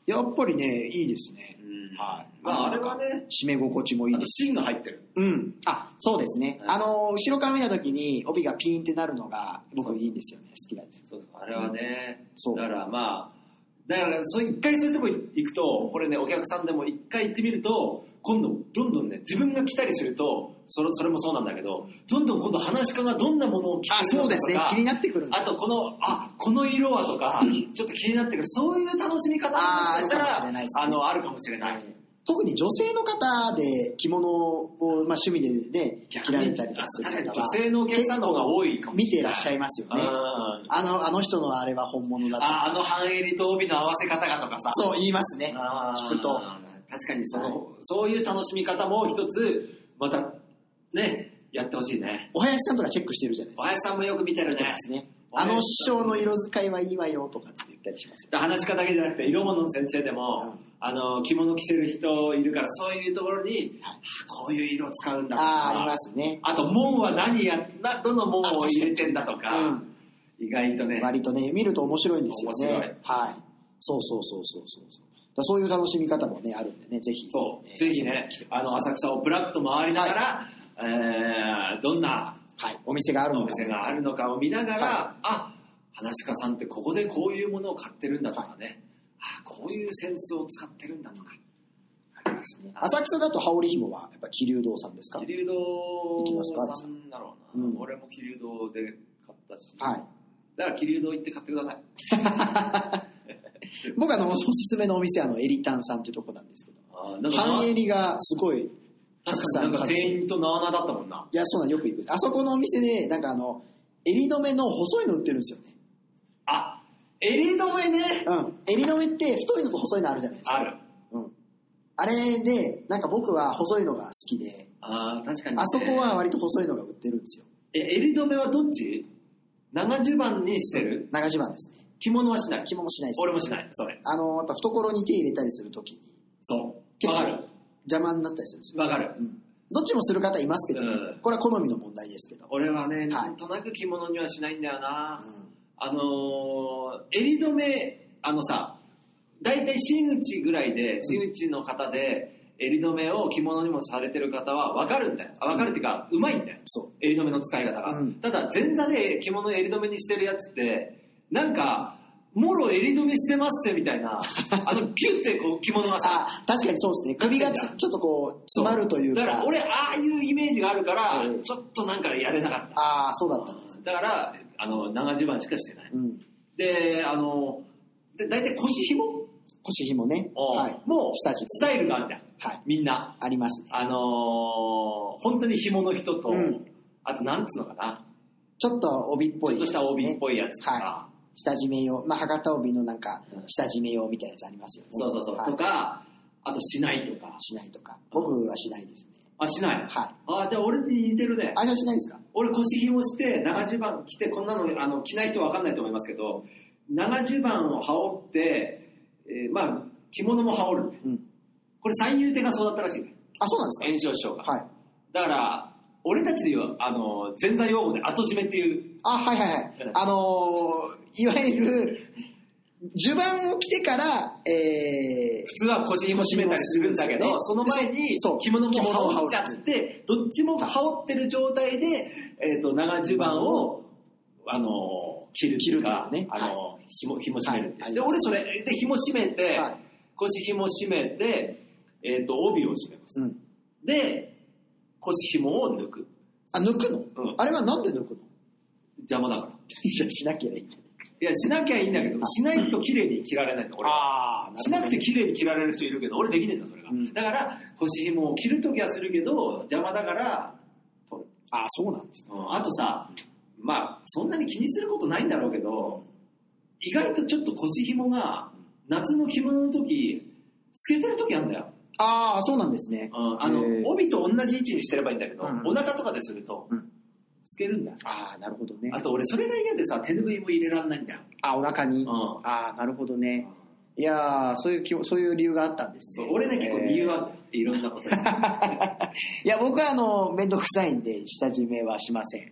Speaker 2: やっぱりね、いいですね。
Speaker 3: うん。
Speaker 2: はい
Speaker 3: まあ、あれはね、
Speaker 2: 締め心地もいい
Speaker 3: あ
Speaker 2: で
Speaker 3: と
Speaker 2: す。
Speaker 3: 芯が入ってる。
Speaker 2: うん。あ、そうですね。
Speaker 3: はい
Speaker 2: あの、後ろから見た時に帯がピーンってなるのが僕いいんですよね。好きなんです。
Speaker 3: そうそう、あれはね、
Speaker 2: そう
Speaker 3: だからまあ、だから、そう、一回そういうとこ行くと、これね、お客さんでも一回行ってみると、今度、どんどんね、自分が来たりすると、それそれもそうなんだけど、どんどん今度、話し家がどんなものを着
Speaker 2: あ、
Speaker 3: てる
Speaker 2: そ
Speaker 3: の
Speaker 2: う
Speaker 3: か
Speaker 2: で
Speaker 3: と
Speaker 2: すね。
Speaker 3: か
Speaker 2: 気に、なってくるんです
Speaker 3: あ
Speaker 2: よ
Speaker 3: と、この、あ、この色はとか、ちょっと気になってくる、そういう楽しみ方ももしかした
Speaker 2: あーあるかもし
Speaker 3: ら、
Speaker 2: れないですね
Speaker 3: あの、あるかもしれない。
Speaker 2: 特に女性の方で着物を、まあ、趣味で、ね、着
Speaker 3: 逆に
Speaker 2: られたりとかする
Speaker 3: 確かに
Speaker 2: 方
Speaker 3: 女
Speaker 2: は
Speaker 3: 性のお客さんの方が多いかもし
Speaker 2: 見て
Speaker 3: れ
Speaker 2: い
Speaker 3: ない。
Speaker 2: らっしゃいますよね。
Speaker 3: うん
Speaker 2: あの、あの人のあれは本物だと
Speaker 3: ああの半襟と帯の合わせ方がとかさ、
Speaker 2: そう言いますね。
Speaker 3: あー
Speaker 2: 聞くと
Speaker 3: 確かにその、
Speaker 2: はい
Speaker 3: そういう楽しみ方も一つまたねやってほしいね
Speaker 2: お林さんとかチェックしてるじゃないです
Speaker 3: お
Speaker 2: か。
Speaker 3: やさんもよく見てる
Speaker 2: 見て
Speaker 3: ね
Speaker 2: ますね。
Speaker 3: お
Speaker 2: あ
Speaker 3: 林さん
Speaker 2: の師匠の色使いはいいわよとかつって言ったりしますよ。
Speaker 3: 話し方だけじゃなくて色物の先生でも、
Speaker 2: うん
Speaker 3: あの着物着てる人いるからそういうところに、
Speaker 2: はい
Speaker 3: あこういう色使うんだとか
Speaker 2: ああ、ありますね。
Speaker 3: あと門は何やなどの門を入れてんだとか
Speaker 2: うん
Speaker 3: 意外とね、
Speaker 2: 割とね、見ると面白いんですよ
Speaker 3: 面白い
Speaker 2: ね。はい。そうそうそうそうそうそう。だからそういう楽しみ方もね、あるんでね、ぜひ。
Speaker 3: そう、
Speaker 2: えー
Speaker 3: ぜひねあの浅草をぶらっと回りながら、えーどんな
Speaker 2: はい。お店がある
Speaker 3: お
Speaker 2: ので
Speaker 3: 店があるのかを見ながら、
Speaker 2: は
Speaker 3: あ話し家さんってここでこういうものを買ってるんだとかね、あこういうセンスを使ってるんだとか
Speaker 2: ありますね。浅草だと羽織紐は、やっぱ桐生堂さんですか
Speaker 3: 桐生
Speaker 2: 行き
Speaker 3: 堂
Speaker 2: ますか
Speaker 3: さんだろうな、
Speaker 2: うん
Speaker 3: 俺も桐生堂で買ったし、
Speaker 2: はい。
Speaker 3: だから桐生堂行って買ってください
Speaker 2: 僕あの、おすすめのお店、あの、エリタンさんっていうとこなんですけど、
Speaker 3: あなんか
Speaker 2: 半襟がすごい、たく
Speaker 3: 確
Speaker 2: さ
Speaker 3: かに
Speaker 2: ん
Speaker 3: なんか
Speaker 2: 買って。
Speaker 3: 全員となあなあだったもんない
Speaker 2: や、そうなんよく行く。あそこのお店で、なんかあの、襟止めの細いの売ってるんですよね。
Speaker 3: あ襟止めね
Speaker 2: うん。襟止めって太いのと細いのあるじゃないですか。
Speaker 3: ある
Speaker 2: うん。あれで、なんか僕は細いのが好きで、
Speaker 3: あー確かに、ね、
Speaker 2: あそこは割と細いのが売ってるんですよ。
Speaker 3: え襟止めはどっち長襦袢にしてる
Speaker 2: 長襦袢ですね。
Speaker 3: 着物はしない
Speaker 2: 着物しないです。
Speaker 3: 俺もしないそれ
Speaker 2: あの、やっぱ懐に手入れたりするときに
Speaker 3: そう
Speaker 2: 結構
Speaker 3: わかる
Speaker 2: 邪魔になったりするんですよ。
Speaker 3: わかる
Speaker 2: うん。どっちもする方いますけどね、
Speaker 3: うん
Speaker 2: これは好みの問題ですけど。
Speaker 3: 俺はね、
Speaker 2: い
Speaker 3: なんとなく着物にはしないんだよ
Speaker 2: う
Speaker 3: な。
Speaker 2: ん
Speaker 3: あのー襟止め、あのさ、大体真打ちぐらいで、真打ちの方で、襟止めを着物にもされてる方は分かるんだよ。あ分かるっていうか、うまいんだよ。
Speaker 2: そう。
Speaker 3: 襟止めの使い方が。
Speaker 2: うん
Speaker 3: ただ、前座で着物襟止めにしてるやつって、なんか、もろ襟止めしてますぜみたい な、あの、ギュってこう着物がさ、
Speaker 2: あ、確かにそうですね。首がつちょっとこう、詰まるという
Speaker 3: だか、
Speaker 2: から
Speaker 3: 俺、ああいうイメージがあるから
Speaker 2: う、ん
Speaker 3: ちょっとなんかやれなかった。
Speaker 2: ああ、そうだったんです。
Speaker 3: だから、あの、長襦袢しかしてない。
Speaker 2: うん。
Speaker 3: で、あの、で大体腰紐
Speaker 2: 腰紐ね。はい。
Speaker 3: もう、
Speaker 2: 下地
Speaker 3: スタイルがあるじゃん。
Speaker 2: はい。
Speaker 3: みんな。
Speaker 2: ありますね。
Speaker 3: あのー本当に紐の人と、
Speaker 2: うん
Speaker 3: あと、なんつうのかな。
Speaker 2: ちょっと帯っぽ
Speaker 3: ちょ
Speaker 2: い
Speaker 3: っとした帯っ
Speaker 2: い。
Speaker 3: ぽいやつとか、
Speaker 2: は下締め用。まあ、博多帯のなんか
Speaker 3: うん、
Speaker 2: 下締め用みたいなやつありますよね。
Speaker 3: そうそうそう、
Speaker 2: はい
Speaker 3: とか、あと、しないとか。
Speaker 2: しないとか。僕はしないですね。
Speaker 3: あ、しない。
Speaker 2: はい。
Speaker 3: あ、じゃあ俺に似てるね。
Speaker 2: あ、じゃあしないですか
Speaker 3: 俺腰紐して、長襦袢着て、こんなのあの着ない人はわかんないと思いますけど、長襦袢を羽織って、えーまあ、着物も羽織る。
Speaker 2: うん。
Speaker 3: これ三遊亭がそうだったらしいね。
Speaker 2: あ、そうなんです
Speaker 3: 炎症師匠が。
Speaker 2: かはい。
Speaker 3: だから、俺たちで言う、あの、前座用語で後締めっていう、
Speaker 2: あ、はいはいはい。あのー、いわゆる、序盤を着てから、え
Speaker 3: 普通は腰紐締めたりするんだけど、その前に
Speaker 2: そう
Speaker 3: 着物も
Speaker 2: 着物を
Speaker 3: 羽
Speaker 2: 羽
Speaker 3: 織
Speaker 2: 織
Speaker 3: っちゃって、どっちも羽織ってる状態で、えっ、と、長襦袢を、あの、着るっていうか、
Speaker 2: 着るというね
Speaker 3: あの、紐紐締めるっていう、
Speaker 2: はい
Speaker 3: で、俺それ、で、紐締めて、
Speaker 2: ー、はい。
Speaker 3: 腰紐締めて、えっ、と、帯を締めます。
Speaker 2: うん。
Speaker 3: で、腰紐を抜く。
Speaker 2: あ、抜くの
Speaker 3: うん
Speaker 2: あれはなんで抜くの
Speaker 3: 邪魔だから。
Speaker 2: じゃあしなきゃいいんじゃない
Speaker 3: いや、しなきゃいいんだけど、しないと綺麗に着られないの、俺は。
Speaker 2: ああ、
Speaker 3: しなくて綺麗に着られる人いるけど、俺できねえんだ、それが。
Speaker 2: うん
Speaker 3: だから、腰紐を着るときはするけど、邪魔だから、取る。
Speaker 2: ああ、そうなんですね。
Speaker 3: うんあとさ、まあ、そんなに気にすることないんだろうけど、意外とちょっと腰紐が、夏の着物の時、透けてる時あるんだよ。
Speaker 2: ああ、そうなんですね。
Speaker 3: うんあの
Speaker 2: へー、
Speaker 3: 帯と同じ位置にしてればいいんだけど、
Speaker 2: うん
Speaker 3: お腹とかですると
Speaker 2: うん、
Speaker 3: 透けるんだよ。
Speaker 2: ああ、なるほどね
Speaker 3: あ。と俺、それが嫌でさ、手拭いも入れられないんだよ。
Speaker 2: あお腹に。
Speaker 3: う
Speaker 2: ああ、なるほどね。
Speaker 3: ん
Speaker 2: いやーそういうき、そういう理由があったんです
Speaker 3: そ
Speaker 2: ね
Speaker 3: う。俺ね、結構理由あるん
Speaker 2: は。
Speaker 3: だよいろんなこと に。
Speaker 2: いや、僕は、あの、めんどくさいんで、下締めはしません。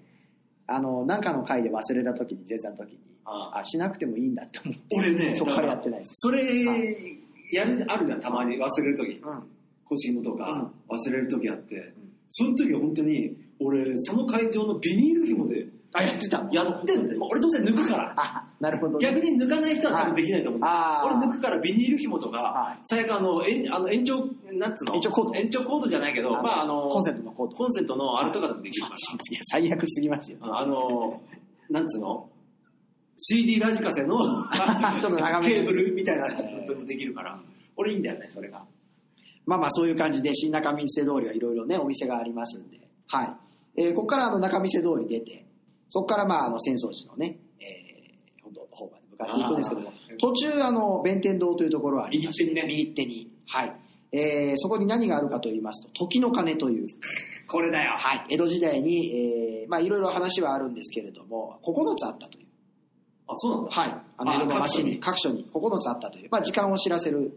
Speaker 2: あの、なんかの回で忘れた時に、前座の時に、
Speaker 3: あ
Speaker 2: あ、しなくてもいいんだって思って。
Speaker 3: 俺ね
Speaker 2: そっからやってないです。
Speaker 3: それ
Speaker 2: は、
Speaker 3: やる、あるじゃん、たまに忘れるとき。
Speaker 2: うん。
Speaker 3: 腰紐とか、忘れるときあって
Speaker 2: ん。
Speaker 3: その時は本当に、俺、その会場のビニール紐で
Speaker 2: あ、やってたの
Speaker 3: やってんだよ。俺どうせ抜くから。
Speaker 2: あ、なるほど、ね。
Speaker 3: 逆に抜かない人は多分できないと思う。
Speaker 2: あ
Speaker 3: 俺
Speaker 2: ー
Speaker 3: 抜くからビニール紐と
Speaker 2: は
Speaker 3: か
Speaker 2: い、
Speaker 3: 最悪あの、えんあの延長、なんつうの
Speaker 2: 延長コード
Speaker 3: 延長コードじゃないけど、まああの、
Speaker 2: コンセントの コード。
Speaker 3: コンセントのあれとかでもできるから。
Speaker 2: いや最悪すぎますよ。
Speaker 3: あの、なんつうの ?CD ラジカセの
Speaker 2: ちょっと長めのや
Speaker 3: ケ
Speaker 2: つ
Speaker 3: ーブルみたいなやつもできるから、俺いいんだよね、それが。
Speaker 2: まあまあそういう感じで新中見世通りはいろいろねお店がありますんで、はい。えーここからあの中見世通り出て、そこからまああの浅草寺のね、えー、本土の方まで向かっていくんですけども
Speaker 3: あ、ー
Speaker 2: 途中あの弁天堂というところはありまして、
Speaker 3: 右手にね
Speaker 2: 右手に、はい。えーそこに何があるかと言いますと、時の鐘という、
Speaker 3: これだよ。
Speaker 2: はい、江戸時代に、えーまあいろいろ話はあるんですけれども、9つあったという。
Speaker 3: あ、そうなんだ。
Speaker 2: はい。あの、
Speaker 3: あ
Speaker 2: 江戸の町に、
Speaker 3: 各
Speaker 2: 各所に9つあったという、まあ時間を知らせる、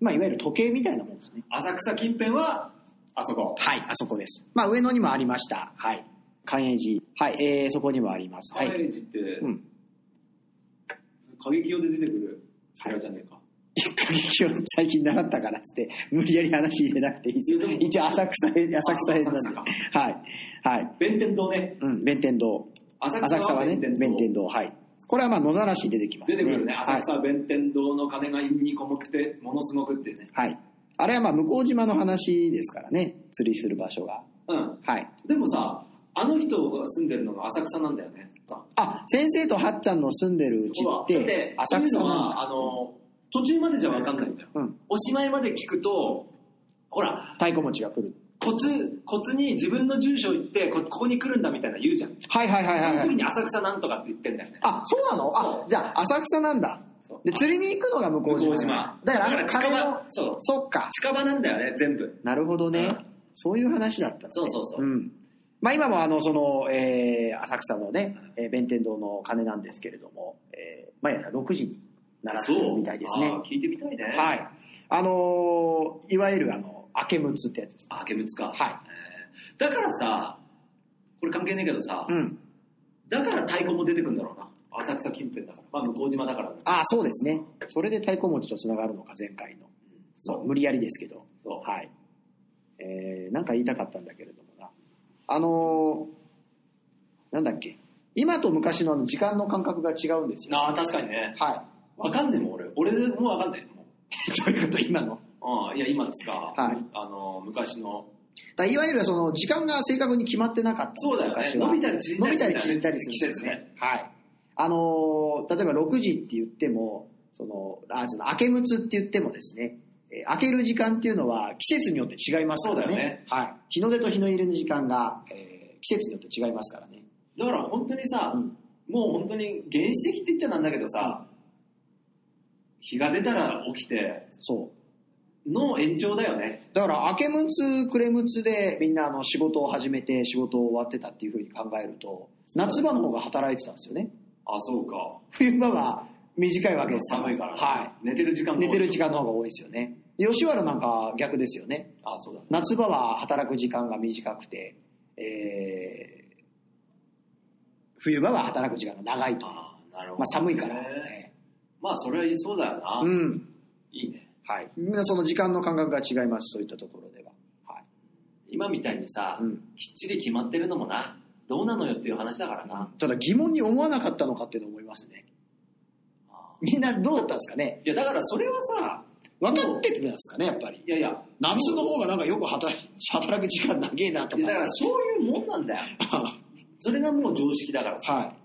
Speaker 2: まあいわゆる時計みたいなもんですね。
Speaker 3: 浅草近辺は、あそこ。
Speaker 2: はい、あそこです。まあ上野にもありました。はい。関永寺。はい、えー、そこにもあります。は
Speaker 3: カレ
Speaker 2: い。
Speaker 3: ージって、
Speaker 2: うん。
Speaker 3: 歌劇用で出てくる寺じゃねえか。
Speaker 2: 歌劇を最近習ったからっつって、無理やり話入れなくていいですよ
Speaker 3: いやでも
Speaker 2: 一応浅草へ、浅草へなんで
Speaker 3: 浅草。
Speaker 2: はい。はい。
Speaker 3: 弁天堂ね。
Speaker 2: うん、弁天堂。
Speaker 3: 浅
Speaker 2: 浅草はね、弁天
Speaker 3: 堂。
Speaker 2: 堂。はい。これはまあ野ざらしに出てきます
Speaker 3: 出て
Speaker 2: ね。
Speaker 3: くるね。
Speaker 2: は
Speaker 3: 浅
Speaker 2: い。
Speaker 3: 草弁天堂の金が陰にこもって、ものすごくっていうね。
Speaker 2: はい。あれはまあ向島の話ですからね。釣りする場所が。
Speaker 3: うん。
Speaker 2: はい。
Speaker 3: でもさ、あの人が住んでるのが浅草なんだよね。
Speaker 2: あ、先生とはっちゃんの住んでるうち
Speaker 3: そうだ
Speaker 2: っ
Speaker 3: だ
Speaker 2: て、浅
Speaker 3: そ
Speaker 2: 草
Speaker 3: ういうの
Speaker 2: なん
Speaker 3: は
Speaker 2: だ。
Speaker 3: あの途中までじゃ分かんないんだよ、
Speaker 2: うん。
Speaker 3: おしまいまで聞くとほら
Speaker 2: 太鼓持ちが来る。
Speaker 3: コツコツに自分の住所行ってこここに来るんだみたいな言うじゃん、
Speaker 2: はいはいはいはい、はい
Speaker 3: その時。に浅草なんとかって言ってんだよね
Speaker 2: あ、そうなの
Speaker 3: そ
Speaker 2: あ、じゃあ、浅草なんだ
Speaker 3: そう。
Speaker 2: で、釣りに行くのが向こう島。
Speaker 3: 向島
Speaker 2: だから、あの
Speaker 3: だから
Speaker 2: 金
Speaker 3: 近場
Speaker 2: の、
Speaker 3: そう
Speaker 2: そっか。
Speaker 3: 近場なんだよね全部
Speaker 2: なるほどね。そういう話だったのね
Speaker 3: そうそうそう
Speaker 2: うん。まあ今もあの、その、えー、浅草のね、えー弁天堂の鐘なんですけれども、えー、毎朝6時に鳴らすみたいですね
Speaker 3: あ。ー聞いてみたいね
Speaker 2: はいい。あのーいわゆるあの、明けむつってやつです。
Speaker 3: あけぶつか
Speaker 2: はい
Speaker 3: だからさこれ関係ねえけどさ、
Speaker 2: うん。
Speaker 3: だから太鼓も出てくんだろうな浅草近辺だからまあ向島だから、ね、
Speaker 2: ああ、そうですね。それで太鼓持ちとつながるのか、前回の。そう、無理やりですけど。
Speaker 3: そう
Speaker 2: はい。えー、なんか言いたかったんだけれどもな。あのー、なんだっけ。今と昔のあの時間の感覚が違うんですよ。
Speaker 3: ああ確かにね
Speaker 2: は
Speaker 3: 分かんねえもん俺俺でもう分かんねえもう
Speaker 2: い。 そういうこと、今の。
Speaker 3: うん、いや、今ですか、
Speaker 2: はい
Speaker 3: あの昔の、
Speaker 2: だいわゆるその時間が正確に決まってなかった。
Speaker 3: そうだよね
Speaker 2: 昔は
Speaker 3: 伸びたり縮んだ
Speaker 2: 伸
Speaker 3: り
Speaker 2: びたり縮んだりするんで
Speaker 3: 季
Speaker 2: す
Speaker 3: 節
Speaker 2: ね。はい。あのー、例えば6時って言っても、その、あ、その、明けむつって言ってもですね、えー明ける時間っていうのは季節によって違いますからね。
Speaker 3: そうだよね
Speaker 2: はい。日の出と日の入りの時間が、えー季節によって違いますからね。
Speaker 3: だから本当にさ、
Speaker 2: うん
Speaker 3: もう本当に原始的って言っちゃなんだけどさ、日が出たら起きて
Speaker 2: そう。
Speaker 3: の延長だよね。
Speaker 2: だから、明けむつ、暮れむつでみんなあの仕事を始めて仕事を終わってたっていうふうに考えると、夏場の方が働いてたんですよね。
Speaker 3: あ、そうか。
Speaker 2: 冬場は短いわけですから
Speaker 3: 寒いから、
Speaker 2: は
Speaker 3: 寝てる時間
Speaker 2: い。
Speaker 3: も
Speaker 2: 寝てる時間の方が多いですよね。吉原なんか逆ですよね。
Speaker 3: あ、そうだね。
Speaker 2: 夏場は働く時間が短くて、えー、冬場は働く時間が長いと。ま
Speaker 3: あーなるほど、
Speaker 2: あ寒いから。
Speaker 3: ね
Speaker 2: え
Speaker 3: まあ、それはそうだよな。
Speaker 2: ーうん。
Speaker 3: いいね。
Speaker 2: はい。みんなその時間の感覚が違います、そういったところでは。はい。
Speaker 3: 今みたいにさ、
Speaker 2: うん
Speaker 3: きっちり決まってるのもな、どうなのよっていう話だからな。
Speaker 2: ただ疑問に思わなかったのかっていうの思いますね。
Speaker 3: あー
Speaker 2: みんなどうだったんですかね
Speaker 3: いや、だからそれはさ、
Speaker 2: 分かっててたんですかね、やっぱり。
Speaker 3: いやいや、
Speaker 2: 夏の方がなんかよく働い働く時間長えなと
Speaker 3: い
Speaker 2: か
Speaker 3: や。だからそういうもんなんだよ。それがもう常識だからさ。
Speaker 2: はい。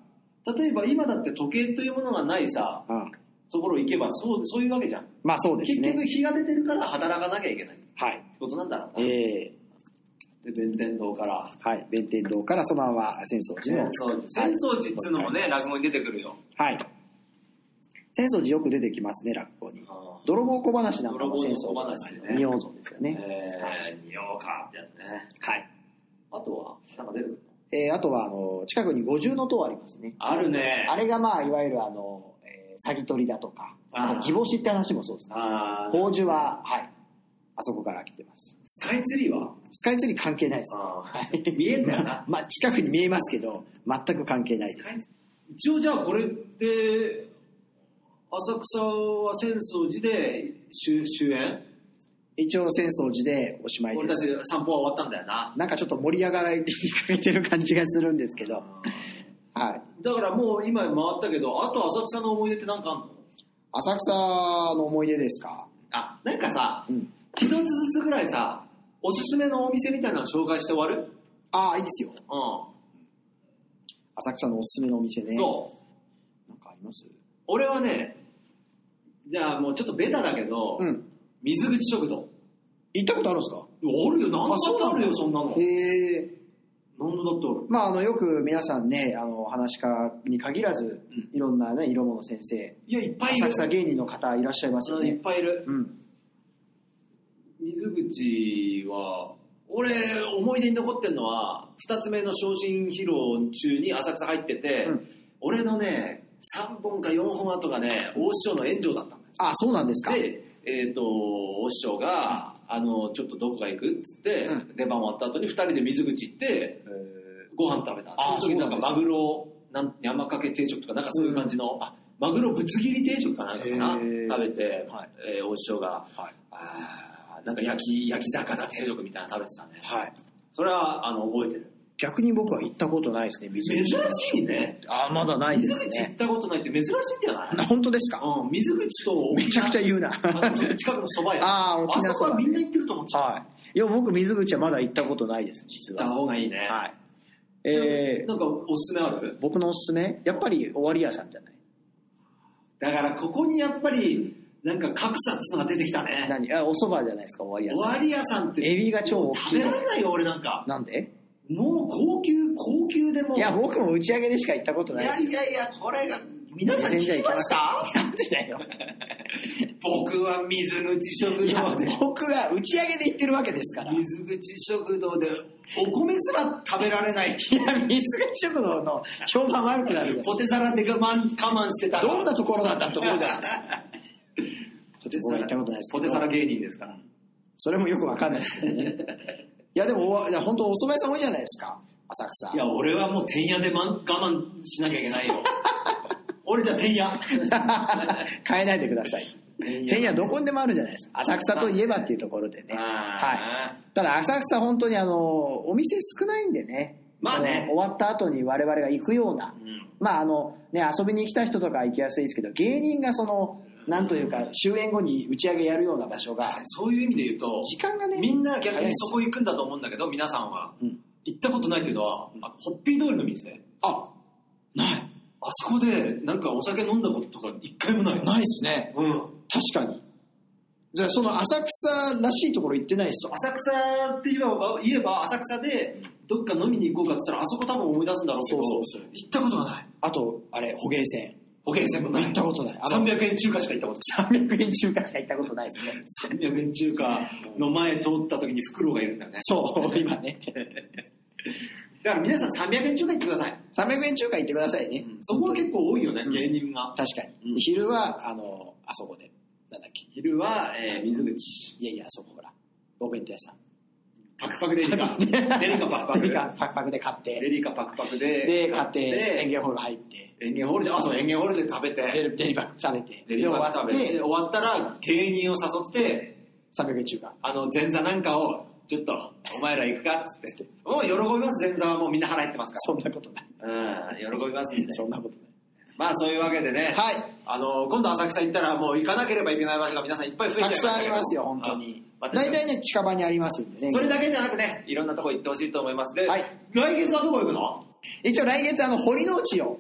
Speaker 3: 例えば今だって時計というものがないさ
Speaker 2: うん
Speaker 3: ところ行けばそうそういうわけじゃん、
Speaker 2: まあそうで
Speaker 3: 結
Speaker 2: すね
Speaker 3: 局。日が出てるから働かなきゃいけないって
Speaker 2: はい。
Speaker 3: ことなんだろうな、
Speaker 2: ええ
Speaker 3: で弁天堂から
Speaker 2: はい、弁天堂からそのまま浅草寺の。
Speaker 4: 浅草寺っつうのもね、落語に出てくるよ。
Speaker 2: はい。浅草寺よく出てきますね、落語に。
Speaker 3: あ
Speaker 2: 泥棒小話なんかも
Speaker 3: 泥
Speaker 2: 浅
Speaker 3: 棒
Speaker 2: 草
Speaker 3: 小
Speaker 2: 寺
Speaker 3: 話
Speaker 2: の
Speaker 3: ね
Speaker 2: 二王像ですよ
Speaker 3: ー
Speaker 2: ね。
Speaker 3: えー、におうかってやつね。はい。あとは、なんか出てくるの
Speaker 2: えーあとは、あの、近くに五重の塔ありますね。
Speaker 3: あるね。
Speaker 2: あれがまあ、いわゆるあの、えー詐欺取りだとか、あ
Speaker 3: あー
Speaker 2: と、義母子って話もそうですね。
Speaker 3: あー
Speaker 2: 宝珠は、はい、あそこから来てます。
Speaker 3: スカイツリーは
Speaker 2: スカイツリー関係ないです。
Speaker 3: あ
Speaker 2: はい
Speaker 3: 見えんだよな
Speaker 2: まあ、近くに見えますけど、全く関係ないです。
Speaker 3: ー一応じゃあこれって、浅草は浅草寺で終終演
Speaker 2: 一応、浅草寺でおしまい
Speaker 3: 俺
Speaker 2: で
Speaker 3: た
Speaker 2: す。
Speaker 3: ち散歩は終わったんだよな。
Speaker 2: なんかちょっと盛り上がりに欠けてる感じがするんですけど、はい。
Speaker 3: だからもう今回ったけど、あと浅草の思い出ってなんかあんの
Speaker 2: 浅草の思い出ですか
Speaker 3: あ、なんかさ、
Speaker 2: うん。
Speaker 3: 一つずつぐらいさ、おすすめのお店みたいなの紹介して終わる
Speaker 2: ああ、いいですよ。
Speaker 3: う
Speaker 2: 浅草のおすすめのお店ね。
Speaker 3: ん。そう。
Speaker 2: う。なんかあります
Speaker 3: 俺はね、じゃあもうちょっとベタだけど、
Speaker 2: うん。
Speaker 3: 水口食堂。
Speaker 2: 行ったことあるんですか
Speaker 3: あるよ、何だってあるよ、そんなの。何
Speaker 2: ええ
Speaker 3: 度だってある。
Speaker 2: まあ、あの、よく皆さんね、あの、話し家に限らず、
Speaker 3: う
Speaker 2: いろんなね、色物先生、
Speaker 3: いや、いっぱいいる
Speaker 2: 浅。草芸人の方いらっしゃいますよ
Speaker 3: うんいっ
Speaker 2: ね。
Speaker 3: ぱいいる。
Speaker 2: うん。
Speaker 3: 水口は、俺、思い出に残ってんのは、二つ目の昇進披露中に浅草入ってて、
Speaker 2: うん
Speaker 3: 俺のね、3本か4本後がね、大師匠の炎上だったんだよ
Speaker 2: あ、そうなんですか。
Speaker 3: で、えっ、と、お師匠が、あの、ちょっとどこか行くっつって、
Speaker 2: う
Speaker 3: 出番終わった後に二人で水口行って、えーご飯食べた。
Speaker 2: あー
Speaker 3: その時なん
Speaker 2: そうな
Speaker 3: か
Speaker 2: んですね
Speaker 3: マグロ、なん山かけ定食とか、なんかそういう感じの、あマグロぶつ切り定食かなんかかな、
Speaker 2: へー
Speaker 3: 食べて、
Speaker 2: はい
Speaker 3: えーお師匠が、
Speaker 2: はい
Speaker 3: あーなんか焼き、焼き魚定食みたいなの食べてたね。
Speaker 2: はい。
Speaker 3: それは、あの、覚えてる。
Speaker 2: 逆に僕は行ったことないですね、水
Speaker 3: 珍
Speaker 2: 口。
Speaker 3: しいね。
Speaker 2: あ、まだないで
Speaker 3: 水
Speaker 2: す
Speaker 3: 口行っ
Speaker 2: ね。
Speaker 3: たことないって珍しいんじゃない、
Speaker 2: 本当ですか
Speaker 3: うん、水口と、
Speaker 2: めちゃくちゃ言うな。
Speaker 3: あの近くの蕎麦屋。
Speaker 2: ああ、沖
Speaker 3: あ
Speaker 2: 縄
Speaker 3: そ
Speaker 2: そ
Speaker 3: こは
Speaker 2: ば
Speaker 3: み
Speaker 2: ね、
Speaker 3: んな行ってると思っちゃう。
Speaker 2: はい。いや、僕、水口はまだ行ったことないです、
Speaker 3: 行
Speaker 2: 実
Speaker 3: った
Speaker 2: は。
Speaker 3: 方がいいね。
Speaker 2: はい。えー
Speaker 3: なんかおすすめある
Speaker 2: 僕のおすすめ、やっぱり終わり屋さんじゃない
Speaker 3: だからここにやっぱり、なんか格差っつうのが出てきたね。
Speaker 2: 何あ、お蕎麦じゃないですか、終わり
Speaker 3: 終わり屋さんって。
Speaker 2: エビが超大きい
Speaker 3: 食べられないよ、俺なんか。
Speaker 2: なんで
Speaker 3: もう高級、高級でもう。
Speaker 2: いや、僕も打ち上げでしか行ったこと
Speaker 3: い
Speaker 2: ないで
Speaker 3: や
Speaker 2: す。
Speaker 3: いやいや、これが、皆さん聞きました
Speaker 2: なんでだよ。
Speaker 3: 僕は水口食
Speaker 2: いや
Speaker 3: 堂で、、
Speaker 2: 僕は打ち上げで行ってるわけですから。い
Speaker 3: 水口食堂で、お米すら食べられない。
Speaker 2: や、水口食堂の評判悪くなるよ。
Speaker 3: ポテサラで我慢我慢してた。
Speaker 2: どんなところなんだと思うじゃない ですか。ちょっと僕は行ったことないですけ
Speaker 3: ポテ
Speaker 2: ど。
Speaker 3: サラ芸人ですから。
Speaker 2: それもよくわかんないですけど ね。いや、でも、おいや本当お蕎麦屋さん多いじゃないですか、浅草。
Speaker 3: いや、俺はもう、てんやでまん我慢しなきゃいけないよ。俺じゃてんや。
Speaker 2: 変えないでください。 てんやどこにでもあるじゃないですか。浅草といえばっていうところでね。はい。
Speaker 3: は
Speaker 2: ただ浅草本当にあの、お店少ないんでね。
Speaker 3: まあね
Speaker 2: その終わった後に我々が行くような。
Speaker 3: い。うん
Speaker 2: まああの、ね、遊びに来た人とかは行きやすいですけど、芸人がその、なんというか、終演後に打ち上げやるような場所が、
Speaker 3: そういう意味で言うと、
Speaker 2: 時間がね、
Speaker 3: みんな逆
Speaker 2: 早い
Speaker 3: に
Speaker 2: です
Speaker 3: そこ行くんだと思うんだけど、皆さんは。
Speaker 2: うん
Speaker 3: 行ったことないけど、あホッピー通りの店。
Speaker 2: あ、
Speaker 3: ない。あそこで、なんかお酒飲んだこととか一回もない。
Speaker 2: ないですね。
Speaker 3: うん。
Speaker 2: 確かに。じゃあその浅草らしいところ行ってないですよ。
Speaker 3: 浅草って言えば、言えば浅草で、どっか飲みに行こうかって言ったら、あそこ多分思い出すんだろうけど、
Speaker 2: そうそうそう
Speaker 3: 行ったことがない。
Speaker 2: あと、あれ、捕鯨船。
Speaker 3: 保険全部ない。
Speaker 2: 行ったことない。あの、
Speaker 3: 300円中華しか行ったこと
Speaker 2: 300円中華しか行ったことないですね。
Speaker 3: ない。300円中華の前通った時にフクロウがいるんだよね。
Speaker 2: そう、今ね。
Speaker 3: だから皆さん300円中華行ってください。
Speaker 2: 300円中華行ってくださいね。
Speaker 3: そこは結構多いよね、
Speaker 2: うん
Speaker 3: 芸人が。
Speaker 2: 確かに。
Speaker 3: うん
Speaker 2: 昼は、あの、あそこで。なんだっけ。
Speaker 3: 昼は、えー、水口。
Speaker 2: いやいや、あそこほら。お弁当屋さん。
Speaker 3: パクパクデリカ。デリカパクパ
Speaker 2: パ
Speaker 3: ク。
Speaker 2: ク
Speaker 3: デ
Speaker 2: パクパクで買って。
Speaker 3: リカパクパクで。
Speaker 2: で、買って、園
Speaker 3: で、
Speaker 2: 芸ホール入って。
Speaker 3: 園芸ホールで、あ、そう、園芸ホールで食べ
Speaker 2: デ
Speaker 3: て。
Speaker 2: リデリバックされて。
Speaker 3: デリカ食べて。で終
Speaker 2: で
Speaker 3: わったら、芸人を誘って、
Speaker 2: 終わって、300円中華。
Speaker 3: あの、前座なんかを、ちょっと、お前ら行くかっつって。もう喜びます、前座はもうみんな腹減ってます
Speaker 2: そんなことない。
Speaker 3: から。うん、喜びますんで。
Speaker 2: そんなことない。
Speaker 3: まあそういうわけでね。
Speaker 2: はい。
Speaker 3: あの、今度浅草行ったらもう行かなければいけない場所が皆さんいっぱい増えちゃ
Speaker 2: た
Speaker 3: いま
Speaker 2: く
Speaker 3: した
Speaker 2: さんあ
Speaker 3: け
Speaker 2: り
Speaker 3: ど
Speaker 2: ますよ、本当に
Speaker 3: うん。また
Speaker 2: 大体ね、近場にありますんでね。
Speaker 3: それだけじゃなくね、いろんなとこ行ってほしいと思います。で、
Speaker 2: はい
Speaker 3: 来月はどこ行くの
Speaker 2: 一応来月、あの、堀之内を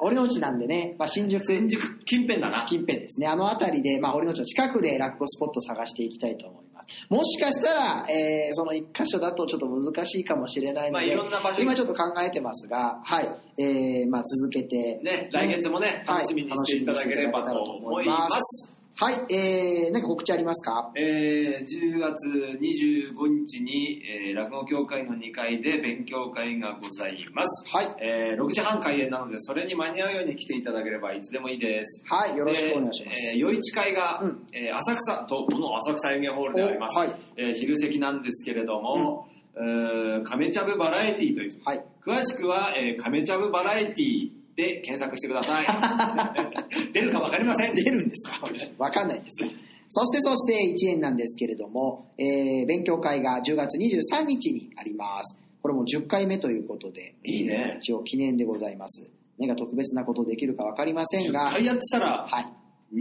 Speaker 2: 堀之内なんでね、まあ、新宿
Speaker 3: 全宿近辺だな。
Speaker 2: 近辺ですね。あの辺りで、まあ、堀之内の近くで落語スポット探していきたいと思います。もしかしたら、えーその一箇所だとちょっと難しいかもしれないの
Speaker 3: まあい
Speaker 2: で、
Speaker 3: ろんな場所
Speaker 2: 今ちょっと考えてますが、はい、えーまあ、続けて、
Speaker 3: ね、来月もね、
Speaker 2: はい
Speaker 3: 楽しみにしていただければと思います。
Speaker 2: はい、えー、なんか告知ありますか
Speaker 4: えー10月25日に、えー落語協会の2階で勉強会がございます、
Speaker 2: はい、
Speaker 4: えー6時半開演なのでそれに間に合うように来ていただければいつでもいいです
Speaker 2: はい、よろしくお願いします。
Speaker 4: でえー夜市会が、
Speaker 2: うん
Speaker 4: えー浅草とこの浅草演芸ホールであります、
Speaker 2: おはい、
Speaker 4: えー昼席なんですけれども、えー亀ちゃぶバラエティという
Speaker 2: はい、
Speaker 4: 詳しくは、えー、亀ちゃぶバラエティで検索してくださ い。出るかわかりません。
Speaker 2: 出るんですかこれ わかんないです。そしてそして1円なんですけれども、えー勉強会が10月23日にあります。これもう10回目ということで、
Speaker 4: いいね
Speaker 2: 一応記念でございます。何か特別なことできるかわかりません
Speaker 3: 10
Speaker 2: が、
Speaker 3: 回やってたら、
Speaker 2: はい、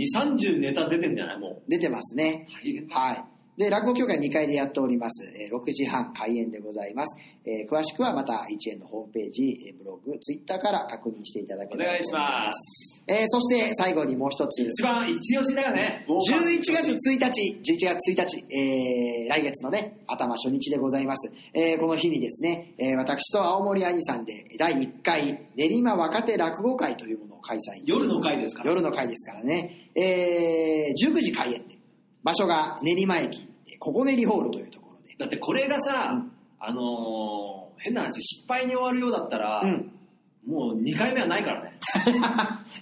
Speaker 3: 2、30ネタ出てんじゃないも
Speaker 2: 出てますね。
Speaker 3: う。大変だ。
Speaker 2: はい。で、落語協会2階でやっております。えー6時半開演でございます。えー詳しくはまた1円のホームページ、えーブログ、ツイッターから確認していただけ
Speaker 3: お
Speaker 2: れば
Speaker 3: 願い
Speaker 2: と
Speaker 3: し
Speaker 2: 思います。
Speaker 3: ます。
Speaker 2: えーそして最後にもう一つ。
Speaker 3: 一番一押しだよね。
Speaker 2: 11月1日、11月1日、えー、来月のね、頭初日でございます。えー、この日にですね、えー、私と青森兄さんで第1回練馬若手落語会というものを開催。
Speaker 3: 夜の回ですから。
Speaker 2: 夜の会ですからね。えー、19時開演で。場所が練馬駅、ここ練りホールというところで。
Speaker 3: だってこれがさ、あのー変な話、失敗に終わるようだったら、
Speaker 2: うん。
Speaker 3: もう2回目はないからね。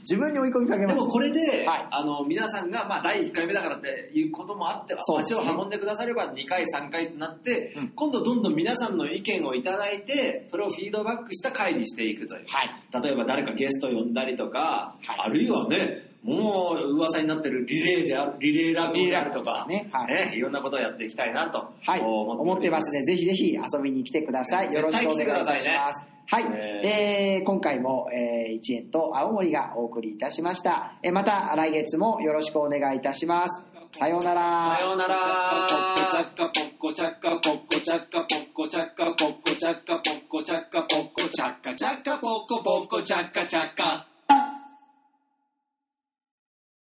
Speaker 2: 自分に追い込みかけ
Speaker 3: で
Speaker 2: ます
Speaker 3: も。これで、
Speaker 2: はい
Speaker 3: あの皆さんが、まあ、第1回目だからっていうこともあって、
Speaker 2: そうです
Speaker 3: 足
Speaker 2: ね
Speaker 3: を運んでくだされば2回、3回となって、
Speaker 2: うん
Speaker 3: 今度どんどん皆さんの意見をいただいて、それをフィードバックした回にしていくという。
Speaker 2: はい。
Speaker 3: 例えば誰かゲスト呼んだりとか、
Speaker 2: はい
Speaker 3: あるいはね、もう噂になってるリレーであリレーラブであるとか、
Speaker 2: リレーラブとかね
Speaker 3: ねいろんなことをやっていきたいなと。
Speaker 2: はい、思ってますすね。ぜひぜひ遊びに来てください。よろしくお願いいたします。はい、えー今回も、えー、一円と青森がお送りいたしました。えーまた来月もよろしくお願いいたします。さようなら。
Speaker 3: さようなら。
Speaker 5: Chaka poco chaka poco chaka poco chaka poco chaka poco chaka poco chaka chaka poco poco chaka chaka.